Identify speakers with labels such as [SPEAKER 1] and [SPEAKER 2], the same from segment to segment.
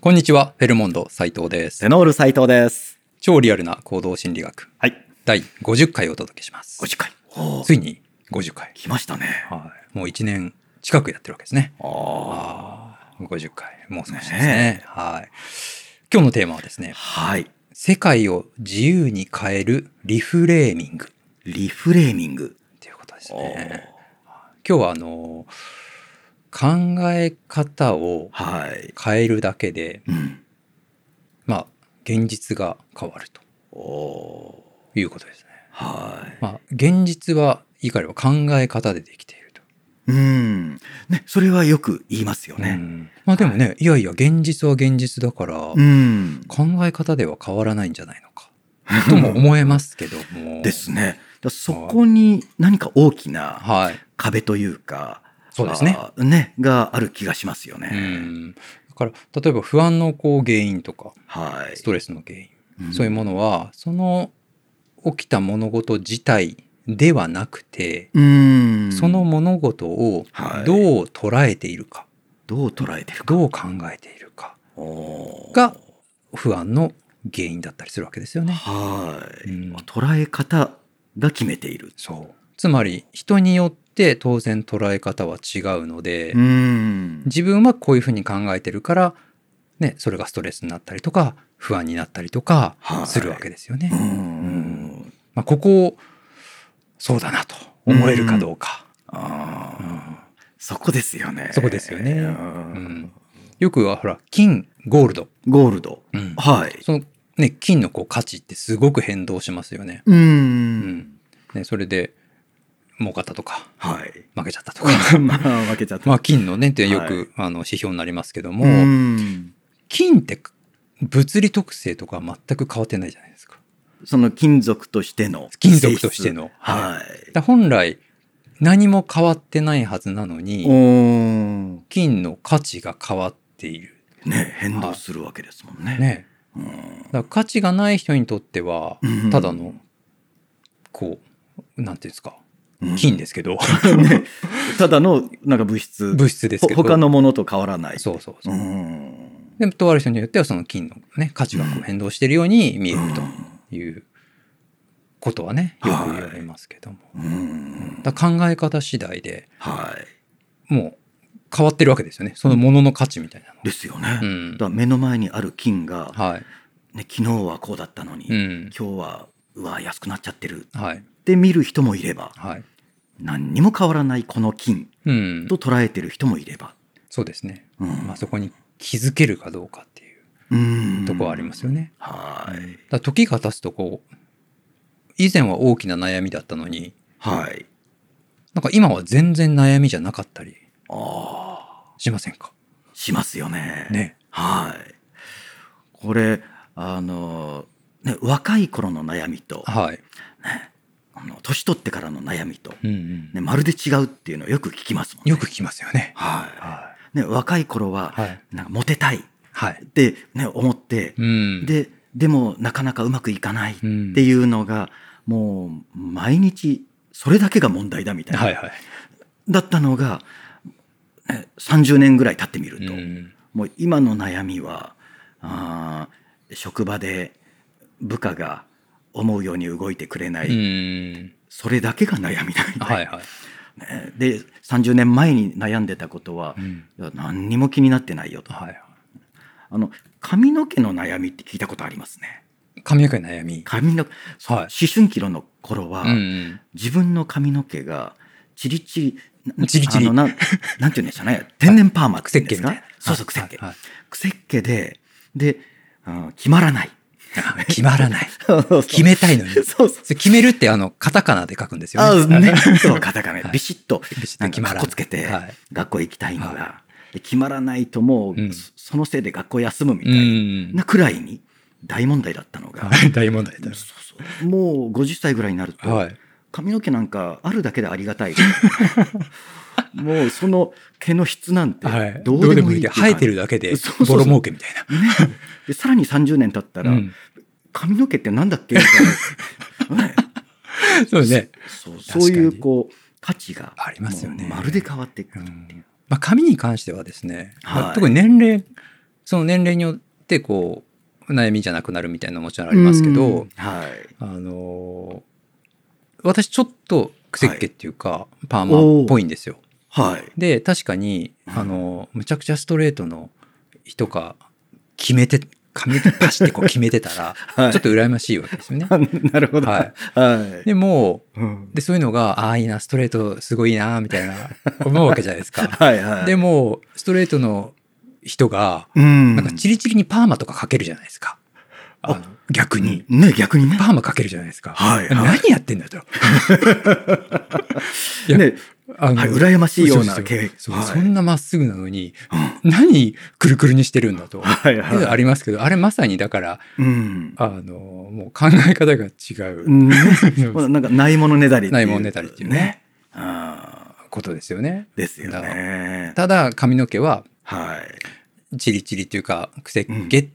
[SPEAKER 1] こんにちは、フェルモンド斉藤です。
[SPEAKER 2] ゼノール斉藤です。
[SPEAKER 1] 超リアルな行動心理学
[SPEAKER 2] はい。
[SPEAKER 1] 第50回をお届けします。
[SPEAKER 2] 50回。おー
[SPEAKER 1] ついに50回。
[SPEAKER 2] 来ましたね。
[SPEAKER 1] はい。もう1年近くやってるわけですね。
[SPEAKER 2] ああ。
[SPEAKER 1] 50回。もう少しですね。
[SPEAKER 2] ね
[SPEAKER 1] はい。今日のテーマはですね、
[SPEAKER 2] はい。
[SPEAKER 1] 世界を自由に変えるリフレーミング
[SPEAKER 2] リフレーミング。
[SPEAKER 1] っていうことですね。今日はあの、考え方を
[SPEAKER 2] はい。
[SPEAKER 1] 変えるだけで、
[SPEAKER 2] うん。
[SPEAKER 1] まあ、現実が変わると
[SPEAKER 2] お
[SPEAKER 1] いうことですね。
[SPEAKER 2] は
[SPEAKER 1] まあ、現実は、言い換えれば考え方でできていると。
[SPEAKER 2] い。うん。ね、それはよく言いますよ
[SPEAKER 1] う
[SPEAKER 2] ね。
[SPEAKER 1] んまあでもね、いやいや、現実は現実だから、
[SPEAKER 2] うん。
[SPEAKER 1] 考え方では変わらないんじゃないの か。とも思えますけども。
[SPEAKER 2] ですね。だそこに何か大きな
[SPEAKER 1] はい。
[SPEAKER 2] 壁というか、
[SPEAKER 1] そうですね。
[SPEAKER 2] あー。ね、がある気がしますよ
[SPEAKER 1] う
[SPEAKER 2] ね。
[SPEAKER 1] ん。だから、例えば不安のこう原因とか、
[SPEAKER 2] はい
[SPEAKER 1] ス。トレスの原因、
[SPEAKER 2] ん
[SPEAKER 1] そういうものは、その起きた物事自体ではなくて、
[SPEAKER 2] うん。
[SPEAKER 1] その物事を
[SPEAKER 2] はい
[SPEAKER 1] どう捉えているか、
[SPEAKER 2] どう捉えてるか。
[SPEAKER 1] どう考えているか
[SPEAKER 2] おー
[SPEAKER 1] が不安の原因だったりするわけですよね。
[SPEAKER 2] はい、
[SPEAKER 1] うん
[SPEAKER 2] 捉え方が決めている。
[SPEAKER 1] そうつまり人によって当然捉え方は違うので、
[SPEAKER 2] ん
[SPEAKER 1] 自分はこういうふうに考えてるから、ね、それがストレスになったりとか不安になったりとか
[SPEAKER 2] はい
[SPEAKER 1] するわけですよね。
[SPEAKER 2] うん。
[SPEAKER 1] まあ、ここをそうだなと思えるかどうか。
[SPEAKER 2] ああ、そこですよね。
[SPEAKER 1] そこですよね
[SPEAKER 2] う
[SPEAKER 1] うん
[SPEAKER 2] ん
[SPEAKER 1] よくはほら金ゴールド、
[SPEAKER 2] ゴールド。
[SPEAKER 1] うん
[SPEAKER 2] はい。
[SPEAKER 1] そのね、金のこう価値ってすごく変動しますよね。
[SPEAKER 2] う。
[SPEAKER 1] うんんね、それで儲かったとか
[SPEAKER 2] はい。
[SPEAKER 1] 負けちゃったとか
[SPEAKER 2] まあ、負けちゃった。
[SPEAKER 1] まあ、金のねってよく、
[SPEAKER 2] は
[SPEAKER 1] あの指標になりますけども、
[SPEAKER 2] うん
[SPEAKER 1] 金って物理特性とかは全く変わってないじゃないですか。
[SPEAKER 2] その金属としての
[SPEAKER 1] 金属としての
[SPEAKER 2] 性質は
[SPEAKER 1] だから本来何も変わってないはずなの
[SPEAKER 2] い。
[SPEAKER 1] に
[SPEAKER 2] お
[SPEAKER 1] 金の価値が変わっている。
[SPEAKER 2] ね、変動するわけですもんね。
[SPEAKER 1] ね、
[SPEAKER 2] うん
[SPEAKER 1] だから価値がない人にとっては
[SPEAKER 2] うん
[SPEAKER 1] ただのこうなんていうんですか
[SPEAKER 2] うん
[SPEAKER 1] 金ですけど
[SPEAKER 2] ねただのなんか物質
[SPEAKER 1] 物質ですけど
[SPEAKER 2] ほ他のものと変わらない。
[SPEAKER 1] そうそうそうう。
[SPEAKER 2] ん。
[SPEAKER 1] でもとある人によってはその金の、ね、価値がこう変動しているように見えるということはねよく言われますけども。
[SPEAKER 2] うん。
[SPEAKER 1] だから考え方次第で
[SPEAKER 2] はい。
[SPEAKER 1] もう変わってるわけですよねそのものの価値みたいなの
[SPEAKER 2] ですよね。
[SPEAKER 1] うん
[SPEAKER 2] だから目の前にある金が、
[SPEAKER 1] はい、
[SPEAKER 2] ね、昨日はこうだったのに、
[SPEAKER 1] うん
[SPEAKER 2] 今日はうわ安くなっちゃってる
[SPEAKER 1] はい
[SPEAKER 2] って見る人もいれば
[SPEAKER 1] はい
[SPEAKER 2] 何にも変わらないこの金
[SPEAKER 1] うん
[SPEAKER 2] と捉えてる人もいれば、
[SPEAKER 1] そうですね、
[SPEAKER 2] うん
[SPEAKER 1] まあ、そこに気づけるかどうかっていう
[SPEAKER 2] うん
[SPEAKER 1] とこはありますよね、
[SPEAKER 2] は
[SPEAKER 1] だ
[SPEAKER 2] い
[SPEAKER 1] から時が経つとこう以前は大きな悩みだったのに
[SPEAKER 2] はい
[SPEAKER 1] なんか今は全然悩みじゃなかったり
[SPEAKER 2] あ
[SPEAKER 1] しませんか
[SPEAKER 2] あしますよね
[SPEAKER 1] ね
[SPEAKER 2] はいこれあのね若い頃の悩みと
[SPEAKER 1] はい、
[SPEAKER 2] あの年取ってからの悩みと、
[SPEAKER 1] うんうん
[SPEAKER 2] ね、まるで違うっていうのをよく聞きますもんね
[SPEAKER 1] よく聞きますよね
[SPEAKER 2] は
[SPEAKER 1] はい
[SPEAKER 2] ね、若い頃は、
[SPEAKER 1] はい
[SPEAKER 2] なんかモテたい
[SPEAKER 1] い、はい
[SPEAKER 2] っ、て、ね、思って、
[SPEAKER 1] うん
[SPEAKER 2] ででもなかなかうまくいかないっていうのが、もう毎日それだけが問題だみたいな、
[SPEAKER 1] はいはい
[SPEAKER 2] だったのがね30年ぐらい経ってみると、
[SPEAKER 1] うん
[SPEAKER 2] もう今の悩みはあー職場で部下が思うように動いてくれない、
[SPEAKER 1] うん
[SPEAKER 2] それだけが悩みだみたいな、
[SPEAKER 1] はいはい
[SPEAKER 2] ねで30年前に悩んでたことは、
[SPEAKER 1] うん
[SPEAKER 2] いや何にも気になってないよと
[SPEAKER 1] はいはい
[SPEAKER 2] あの髪の毛の悩みって聞いたことありますね。
[SPEAKER 1] 髪の毛の悩み
[SPEAKER 2] 髪のそう
[SPEAKER 1] はい
[SPEAKER 2] 思春期の頃は、
[SPEAKER 1] うん
[SPEAKER 2] 自分の髪の毛がチリチリ
[SPEAKER 1] チリチリ
[SPEAKER 2] あのなんなんていうんでしょう ね天然パーマって
[SPEAKER 1] 癖
[SPEAKER 2] い
[SPEAKER 1] っ
[SPEAKER 2] うんで
[SPEAKER 1] 毛
[SPEAKER 2] す
[SPEAKER 1] み
[SPEAKER 2] か
[SPEAKER 1] たいな。
[SPEAKER 2] そうそう癖っ毛、
[SPEAKER 1] はい
[SPEAKER 2] 癖っ毛でで、うん決まらない
[SPEAKER 1] はい決まら ない。 決
[SPEAKER 2] 決
[SPEAKER 1] めたいのに。そ
[SPEAKER 2] そうそう
[SPEAKER 1] れ決めるって、あの、カタカナで書くんです
[SPEAKER 2] あ
[SPEAKER 1] よね。
[SPEAKER 2] ね そう肩がね
[SPEAKER 1] はい
[SPEAKER 2] ビシッと
[SPEAKER 1] ビシッと
[SPEAKER 2] なん
[SPEAKER 1] 決
[SPEAKER 2] か
[SPEAKER 1] まら
[SPEAKER 2] か
[SPEAKER 1] な
[SPEAKER 2] っ
[SPEAKER 1] い
[SPEAKER 2] こつけて
[SPEAKER 1] はい
[SPEAKER 2] 学校行きたいのが、
[SPEAKER 1] は
[SPEAKER 2] で決まらないともう、
[SPEAKER 1] うん
[SPEAKER 2] そそのせいで学校休むみ
[SPEAKER 1] う
[SPEAKER 2] たい
[SPEAKER 1] ん。
[SPEAKER 2] なくらいに大問題だったのが、
[SPEAKER 1] 大問題
[SPEAKER 2] そうそうもう50歳ぐらいになると、
[SPEAKER 1] はい。
[SPEAKER 2] 髪の毛なんかあるだけであり がたいもうその毛の質なんて
[SPEAKER 1] はい。
[SPEAKER 2] ど
[SPEAKER 1] ど
[SPEAKER 2] う
[SPEAKER 1] う
[SPEAKER 2] で
[SPEAKER 1] で
[SPEAKER 2] も
[SPEAKER 1] も
[SPEAKER 2] い
[SPEAKER 1] い
[SPEAKER 2] い
[SPEAKER 1] いで、
[SPEAKER 2] ってい
[SPEAKER 1] 生え
[SPEAKER 2] う感
[SPEAKER 1] て
[SPEAKER 2] じ
[SPEAKER 1] るだけで
[SPEAKER 2] そうそう、そう
[SPEAKER 1] ボロ儲けみたい
[SPEAKER 2] ねでさらに30年経ったら、
[SPEAKER 1] な。うん
[SPEAKER 2] 髪の毛ってなんだっけみ たいな、ね
[SPEAKER 1] そうね。
[SPEAKER 2] そう
[SPEAKER 1] か
[SPEAKER 2] そ
[SPEAKER 1] に
[SPEAKER 2] ういうこう価値が
[SPEAKER 1] ありますよね
[SPEAKER 2] もうまるで変わっていく
[SPEAKER 1] う
[SPEAKER 2] るっていうん
[SPEAKER 1] まあ、髪に関してはですね、
[SPEAKER 2] はい
[SPEAKER 1] まあ特に年齢その年齢によってこう悩みじゃなくなるみたいなのももちろんありますけど、
[SPEAKER 2] うんはい
[SPEAKER 1] あのー私ちょっと癖っ気っていうか、パーマっぽいんですよ。
[SPEAKER 2] はい
[SPEAKER 1] で確かに、
[SPEAKER 2] うん
[SPEAKER 1] あのむちゃくちゃストレートの人が決めて髪の毛パシってこう決めてたら、
[SPEAKER 2] はい
[SPEAKER 1] ちょっと羨ましいわけですよね。
[SPEAKER 2] なるほど
[SPEAKER 1] はい
[SPEAKER 2] はい
[SPEAKER 1] でも
[SPEAKER 2] うん
[SPEAKER 1] でそういうのがああいいなストレートすごいなみ たいな思うわけじゃないですか。
[SPEAKER 2] はいはい
[SPEAKER 1] でもストレートの人が
[SPEAKER 2] うん
[SPEAKER 1] なんかチリチリにパーマとかかけるじゃないですか。あの逆に。
[SPEAKER 2] ね逆にね
[SPEAKER 1] パーマかけるじゃないですか。
[SPEAKER 2] はいはい
[SPEAKER 1] 何やってんだと。いや
[SPEAKER 2] ね
[SPEAKER 1] あの
[SPEAKER 2] はい羨ましいよう
[SPEAKER 1] そ
[SPEAKER 2] な
[SPEAKER 1] うそう
[SPEAKER 2] 経
[SPEAKER 1] そう
[SPEAKER 2] はい
[SPEAKER 1] そんなまっすぐなのに、何くるくるにしてるんだと。
[SPEAKER 2] はいはい
[SPEAKER 1] ありますけど、あれまさにだから、
[SPEAKER 2] うん
[SPEAKER 1] あの、もう考え方が違
[SPEAKER 2] う
[SPEAKER 1] うん
[SPEAKER 2] ね
[SPEAKER 1] そう
[SPEAKER 2] なんかないものねだりってう
[SPEAKER 1] ないものねだりっていうね
[SPEAKER 2] ああ
[SPEAKER 1] ことですよね。
[SPEAKER 2] ですよね
[SPEAKER 1] ただ、髪の毛は、
[SPEAKER 2] はい
[SPEAKER 1] チリチリというか、くせっ毛、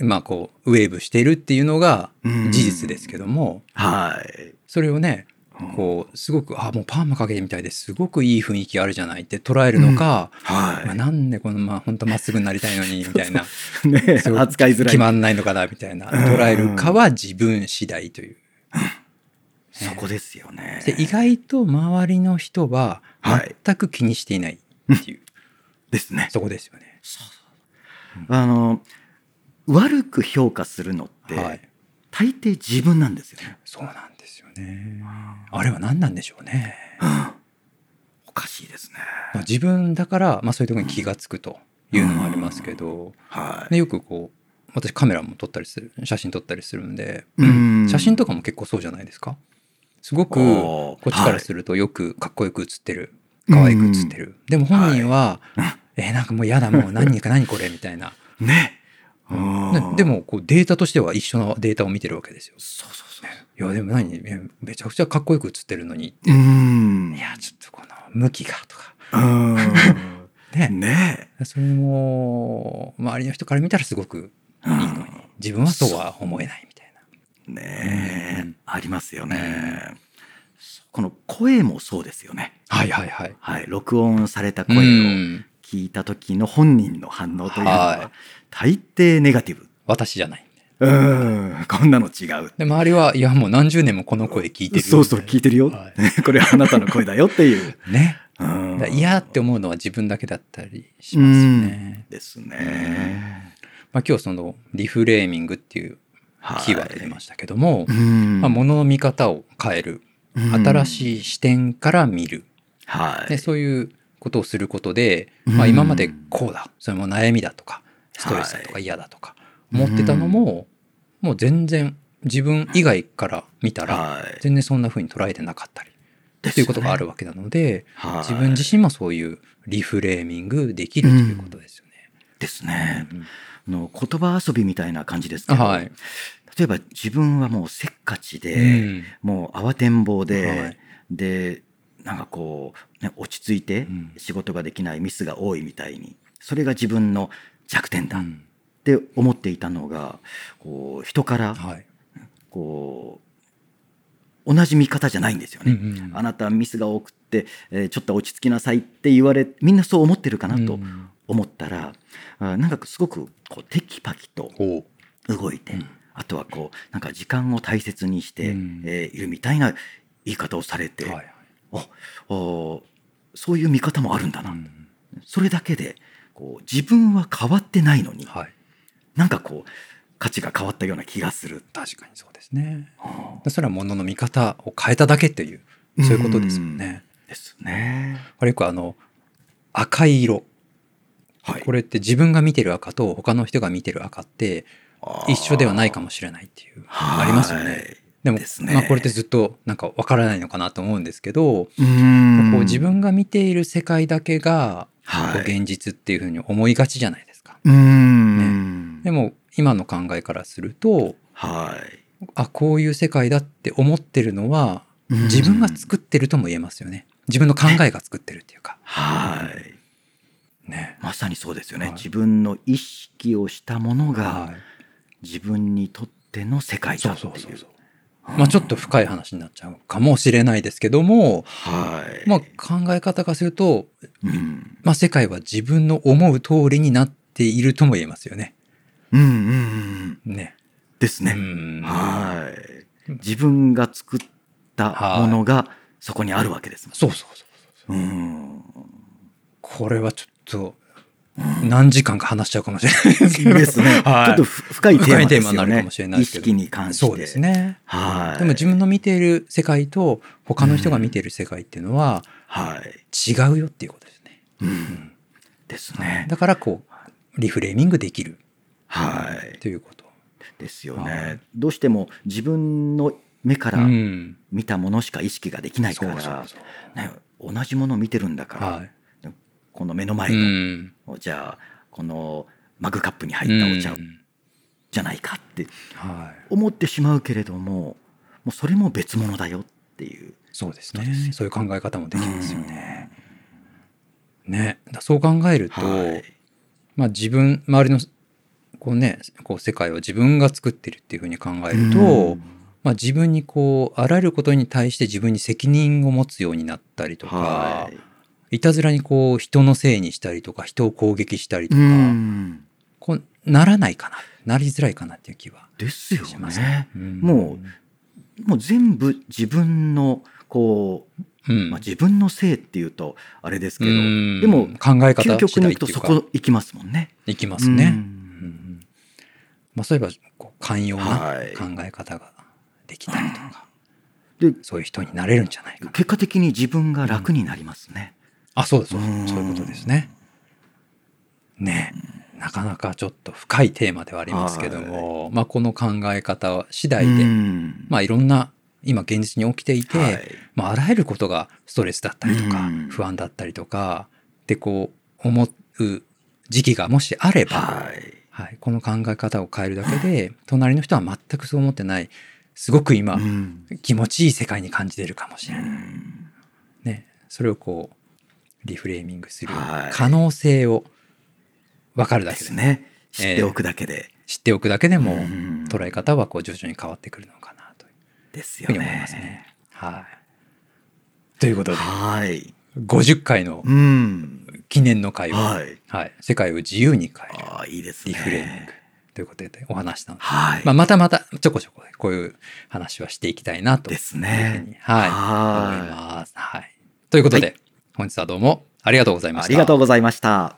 [SPEAKER 1] まあこう、ウェーブしているっていうのが
[SPEAKER 2] うん
[SPEAKER 1] 事実ですけども、
[SPEAKER 2] はい
[SPEAKER 1] それをね、
[SPEAKER 2] うん
[SPEAKER 1] こう、すごく、あ、もうパーマかけてみたいですごくいい雰囲気あるじゃないって捉えるのか、
[SPEAKER 2] はい
[SPEAKER 1] まあ、なんでこの、まあ、本当まっすぐになりたいのに、みたいな。
[SPEAKER 2] ね
[SPEAKER 1] そう
[SPEAKER 2] 扱いづら
[SPEAKER 1] 決
[SPEAKER 2] い
[SPEAKER 1] まんないのかなみたいな捉えるかは自分次第という。
[SPEAKER 2] そこですよね
[SPEAKER 1] で意外と周りの人は
[SPEAKER 2] はい
[SPEAKER 1] 全く気にしていないっていう、
[SPEAKER 2] ですね
[SPEAKER 1] そこですよね。
[SPEAKER 2] あの悪く評価するのって、
[SPEAKER 1] はい、
[SPEAKER 2] 大抵自分なんですよね
[SPEAKER 1] そうなんですよね。あれは何なんでしょうね。
[SPEAKER 2] おかしいですね
[SPEAKER 1] まあ、自分だから、まあ、そういうところに気がつくというのもありますけど、
[SPEAKER 2] はい
[SPEAKER 1] でよくこう私カメラも撮ったりする写真撮ったりするんで、
[SPEAKER 2] うん
[SPEAKER 1] 写真とかも結構そうじゃないですか。すごくこ
[SPEAKER 2] おー
[SPEAKER 1] っちからするとよくかっこよく写ってる可愛く写ってる、でも本人は、えーなんかもう嫌だもう何か何これみたいな
[SPEAKER 2] ね
[SPEAKER 1] ねでもこうデータとしては一緒のデータを見てるわけですよ
[SPEAKER 2] そうそうそう
[SPEAKER 1] いやでも何いやめちゃくちゃかっこよく写ってるのに
[SPEAKER 2] うーん
[SPEAKER 1] いやちょっとこの向きがとか
[SPEAKER 2] うーん
[SPEAKER 1] ね
[SPEAKER 2] ね
[SPEAKER 1] それも周りの人から見たらすごくいいのに自分はそうは思えないみたいな
[SPEAKER 2] ね
[SPEAKER 1] うん
[SPEAKER 2] ありますよねこの声もそうですよね
[SPEAKER 1] はいはいはい
[SPEAKER 2] はい録音された声
[SPEAKER 1] う
[SPEAKER 2] を
[SPEAKER 1] ん
[SPEAKER 2] 聞いた時の本人の反応というの
[SPEAKER 1] は
[SPEAKER 2] はい大抵ネガティブ
[SPEAKER 1] 私じゃない
[SPEAKER 2] うんこんなの違う
[SPEAKER 1] で周りはいやもう何十年もこの声聞いてるよ
[SPEAKER 2] そうそう聞いてるよ、
[SPEAKER 1] は
[SPEAKER 2] これはあなたの声だよって いう、
[SPEAKER 1] ね
[SPEAKER 2] うん
[SPEAKER 1] だから嫌って思うのは自分だけだったりしますよね。
[SPEAKER 2] ですね、
[SPEAKER 1] まあ、今日そのリフレーミングっていう
[SPEAKER 2] はい
[SPEAKER 1] キーワード出ましたけども、
[SPEAKER 2] うん
[SPEAKER 1] まあ、物の見方を変える
[SPEAKER 2] うん
[SPEAKER 1] 新しい視点から見る、
[SPEAKER 2] はい
[SPEAKER 1] でそういうことをすることで、
[SPEAKER 2] うん
[SPEAKER 1] まあ、今までこうだそれも悩みだとかストレスだと
[SPEAKER 2] は
[SPEAKER 1] か嫌だとか思ってたのも、もう全然自分以外から見たら
[SPEAKER 2] はい
[SPEAKER 1] 全然そんな風に捉えてなかったりっていうことがあるわけなので、
[SPEAKER 2] はい
[SPEAKER 1] 自分自身もそういうリフレーミングできるということですよね。
[SPEAKER 2] ですね、
[SPEAKER 1] うん
[SPEAKER 2] あの言葉遊びみたいな感じですけど、
[SPEAKER 1] はい
[SPEAKER 2] 例えば自分はもうせっかちで、
[SPEAKER 1] うん
[SPEAKER 2] もう慌てんぼうで、
[SPEAKER 1] はい
[SPEAKER 2] でなんかこう、ね、落ち着いて
[SPEAKER 1] ん
[SPEAKER 2] 仕事ができないミスが多いみたいにそれが自分の弱点だ
[SPEAKER 1] う
[SPEAKER 2] っ
[SPEAKER 1] ん
[SPEAKER 2] て思っていたのがこう人から
[SPEAKER 1] はい
[SPEAKER 2] こう同じ見方じゃないんですよ
[SPEAKER 1] うん
[SPEAKER 2] ね。
[SPEAKER 1] うんうん
[SPEAKER 2] あなたはミスが多くって、えーちょっと落ち着きなさいって言われみんなそう思ってるかな
[SPEAKER 1] う
[SPEAKER 2] と
[SPEAKER 1] ん
[SPEAKER 2] 思ったら、あなんかすごくこうテキパキと
[SPEAKER 1] おう
[SPEAKER 2] 動いて、
[SPEAKER 1] うん
[SPEAKER 2] あとはこうなんか時間を大切にして、
[SPEAKER 1] うん
[SPEAKER 2] えーいるみたいな言い方をされて、
[SPEAKER 1] はい
[SPEAKER 2] あおそういう見方もあるんだな、
[SPEAKER 1] うん
[SPEAKER 2] それだけでこう自分は変わってないのに、
[SPEAKER 1] はい
[SPEAKER 2] なんかこう価値が変わったような気がする。
[SPEAKER 1] 確かにそうですね。それは物の見方を変えただけっていうそういうことですよね。
[SPEAKER 2] ですね。
[SPEAKER 1] これよくあの赤い色
[SPEAKER 2] はい、
[SPEAKER 1] これって自分が見てる赤と他の人が見てる赤って一緒ではないかもしれないっていう
[SPEAKER 2] は
[SPEAKER 1] あ
[SPEAKER 2] い
[SPEAKER 1] りますよね。でも
[SPEAKER 2] ですね
[SPEAKER 1] まあ、これってずっとなんかわからないのかなと思うんですけど、
[SPEAKER 2] う
[SPEAKER 1] こ
[SPEAKER 2] ん
[SPEAKER 1] う自分が見ている世界だけがこ
[SPEAKER 2] は
[SPEAKER 1] う
[SPEAKER 2] い
[SPEAKER 1] 現実っていうふうに思いがちじゃないですか。
[SPEAKER 2] うん、
[SPEAKER 1] でも今の考えからすると
[SPEAKER 2] はい
[SPEAKER 1] あこういう世界だって思ってるのは
[SPEAKER 2] うん
[SPEAKER 1] 自分が作ってるとも言えますよね自分の考えが作ってるっていうか
[SPEAKER 2] はい
[SPEAKER 1] ね
[SPEAKER 2] まさにそうですよね、
[SPEAKER 1] はい
[SPEAKER 2] 自分の意識をしたものが
[SPEAKER 1] は
[SPEAKER 2] 自分にとっての世界
[SPEAKER 1] いそ
[SPEAKER 2] だ
[SPEAKER 1] う
[SPEAKER 2] ってい
[SPEAKER 1] そううそうそうまあちょっと深い話になっちゃうかもしれないですけども
[SPEAKER 2] はい
[SPEAKER 1] まあ考え方がすると
[SPEAKER 2] うん
[SPEAKER 1] まあ世界は自分の思う通りになっっているとも言えますよね。
[SPEAKER 2] うんうんうん
[SPEAKER 1] ね。
[SPEAKER 2] です
[SPEAKER 1] う
[SPEAKER 2] ね。
[SPEAKER 1] ん
[SPEAKER 2] はい。自分が作ったものがそこにあるわけですもん。
[SPEAKER 1] そうそうそう。
[SPEAKER 2] うん。
[SPEAKER 1] これはちょっと、何時間か話しちゃうかもしれないですけど。
[SPEAKER 2] です ね。
[SPEAKER 1] はい
[SPEAKER 2] ちょっとふ深いテーマで
[SPEAKER 1] 深い
[SPEAKER 2] すよね。
[SPEAKER 1] テーマになるかもしれない
[SPEAKER 2] 意
[SPEAKER 1] ですけど
[SPEAKER 2] 識に関して。
[SPEAKER 1] そうです。ね。
[SPEAKER 2] はい。
[SPEAKER 1] でも自分の見ている世界と他の人が見ている世界っていうのは
[SPEAKER 2] はい。
[SPEAKER 1] 違うよっていうことですね。
[SPEAKER 2] うん。ですね。
[SPEAKER 1] だからこう、リフレーミングできる
[SPEAKER 2] はい。
[SPEAKER 1] ということ。
[SPEAKER 2] ですよ
[SPEAKER 1] は
[SPEAKER 2] ね
[SPEAKER 1] い。
[SPEAKER 2] どうしても自分の目か
[SPEAKER 1] う
[SPEAKER 2] ら
[SPEAKER 1] ん。
[SPEAKER 2] 見たものしか意識ができないか
[SPEAKER 1] そうそう
[SPEAKER 2] ら、
[SPEAKER 1] そう
[SPEAKER 2] ね、同じものを見てるんだから、
[SPEAKER 1] は
[SPEAKER 2] この目の
[SPEAKER 1] い。
[SPEAKER 2] 前
[SPEAKER 1] う
[SPEAKER 2] の、
[SPEAKER 1] ん。
[SPEAKER 2] じゃあこのマグカップに入ったお茶
[SPEAKER 1] うん
[SPEAKER 2] じゃないかって
[SPEAKER 1] はい。
[SPEAKER 2] 思ってしまうけれどももうそれも別物だよっていう。
[SPEAKER 1] そうですね。そういう考え方もできますよね。ね。だそう考えると、
[SPEAKER 2] はい
[SPEAKER 1] まあ自分、周りの、こうね、こう世界を自分が作ってるっていうふうに考えると、
[SPEAKER 2] うん
[SPEAKER 1] まあ自分にこう、あらゆることに対して自分に責任を持つようになったりとか、
[SPEAKER 2] はい
[SPEAKER 1] いたずらにこう人のせいにしたりとか人を攻撃したりと
[SPEAKER 2] う
[SPEAKER 1] か、
[SPEAKER 2] ん
[SPEAKER 1] こうならないかななりづらいかなっていう気は
[SPEAKER 2] ですよ
[SPEAKER 1] します
[SPEAKER 2] ね。
[SPEAKER 1] うん
[SPEAKER 2] もうもう全部自分のこ
[SPEAKER 1] う
[SPEAKER 2] う、
[SPEAKER 1] ん
[SPEAKER 2] まあ、自分のせいっていうとあれですけど、
[SPEAKER 1] うん
[SPEAKER 2] でも
[SPEAKER 1] 考え方
[SPEAKER 2] 究極
[SPEAKER 1] 次
[SPEAKER 2] に
[SPEAKER 1] 第
[SPEAKER 2] 行
[SPEAKER 1] って
[SPEAKER 2] くと
[SPEAKER 1] いう
[SPEAKER 2] そ
[SPEAKER 1] か
[SPEAKER 2] こ行きますもんね。
[SPEAKER 1] いきますね、
[SPEAKER 2] う
[SPEAKER 1] うん
[SPEAKER 2] ん
[SPEAKER 1] まあ、そういえばこう寛容な
[SPEAKER 2] はい
[SPEAKER 1] 考え方ができたりとか、
[SPEAKER 2] で
[SPEAKER 1] そういう人になれるんじゃないかな
[SPEAKER 2] 結果的に自分が楽になりますね。
[SPEAKER 1] あそうですそう
[SPEAKER 2] うん
[SPEAKER 1] そういうことですねねなかなかちょっと深いテーマではありますけども、まあ、この考え方次第で、
[SPEAKER 2] うん
[SPEAKER 1] まあ、いろんな今現実に起きていて、
[SPEAKER 2] はい
[SPEAKER 1] まあ、あらゆることがストレスだったりとか、
[SPEAKER 2] うん
[SPEAKER 1] 不安だったりとかでこう思う時期がもしあれば、はい
[SPEAKER 2] はい
[SPEAKER 1] この考え方を変えるだけで隣の人は全くそう思ってないすごく今、
[SPEAKER 2] うん
[SPEAKER 1] 気持ちいい世界に感じてるかもしれない、ね、それをこうリフレーミングする
[SPEAKER 2] はい
[SPEAKER 1] 可能性を分かるだ
[SPEAKER 2] で
[SPEAKER 1] けですす、
[SPEAKER 2] ね。知っておくだけで。
[SPEAKER 1] 知っておくだけでも
[SPEAKER 2] うん
[SPEAKER 1] 捉え方はこう徐々に変わってくるのかなという
[SPEAKER 2] です
[SPEAKER 1] ふ
[SPEAKER 2] よ
[SPEAKER 1] う
[SPEAKER 2] ね。
[SPEAKER 1] に思いますね。はい。ということで、
[SPEAKER 2] はい。
[SPEAKER 1] 50回の
[SPEAKER 2] うん。
[SPEAKER 1] 記念の会を、は
[SPEAKER 2] はい。
[SPEAKER 1] い、世界を自由に変える
[SPEAKER 2] ああ、いいですね。
[SPEAKER 1] リフレーミングということでお話したので、
[SPEAKER 2] はい。
[SPEAKER 1] まあ、またまたちょこちょここういう話はしていきたいなと。
[SPEAKER 2] です
[SPEAKER 1] いうふうに
[SPEAKER 2] ね。
[SPEAKER 1] はい。
[SPEAKER 2] はい
[SPEAKER 1] 思います。はい。ということで、本日はどうもありがとうございま
[SPEAKER 2] あ
[SPEAKER 1] した。
[SPEAKER 2] りがとうございました。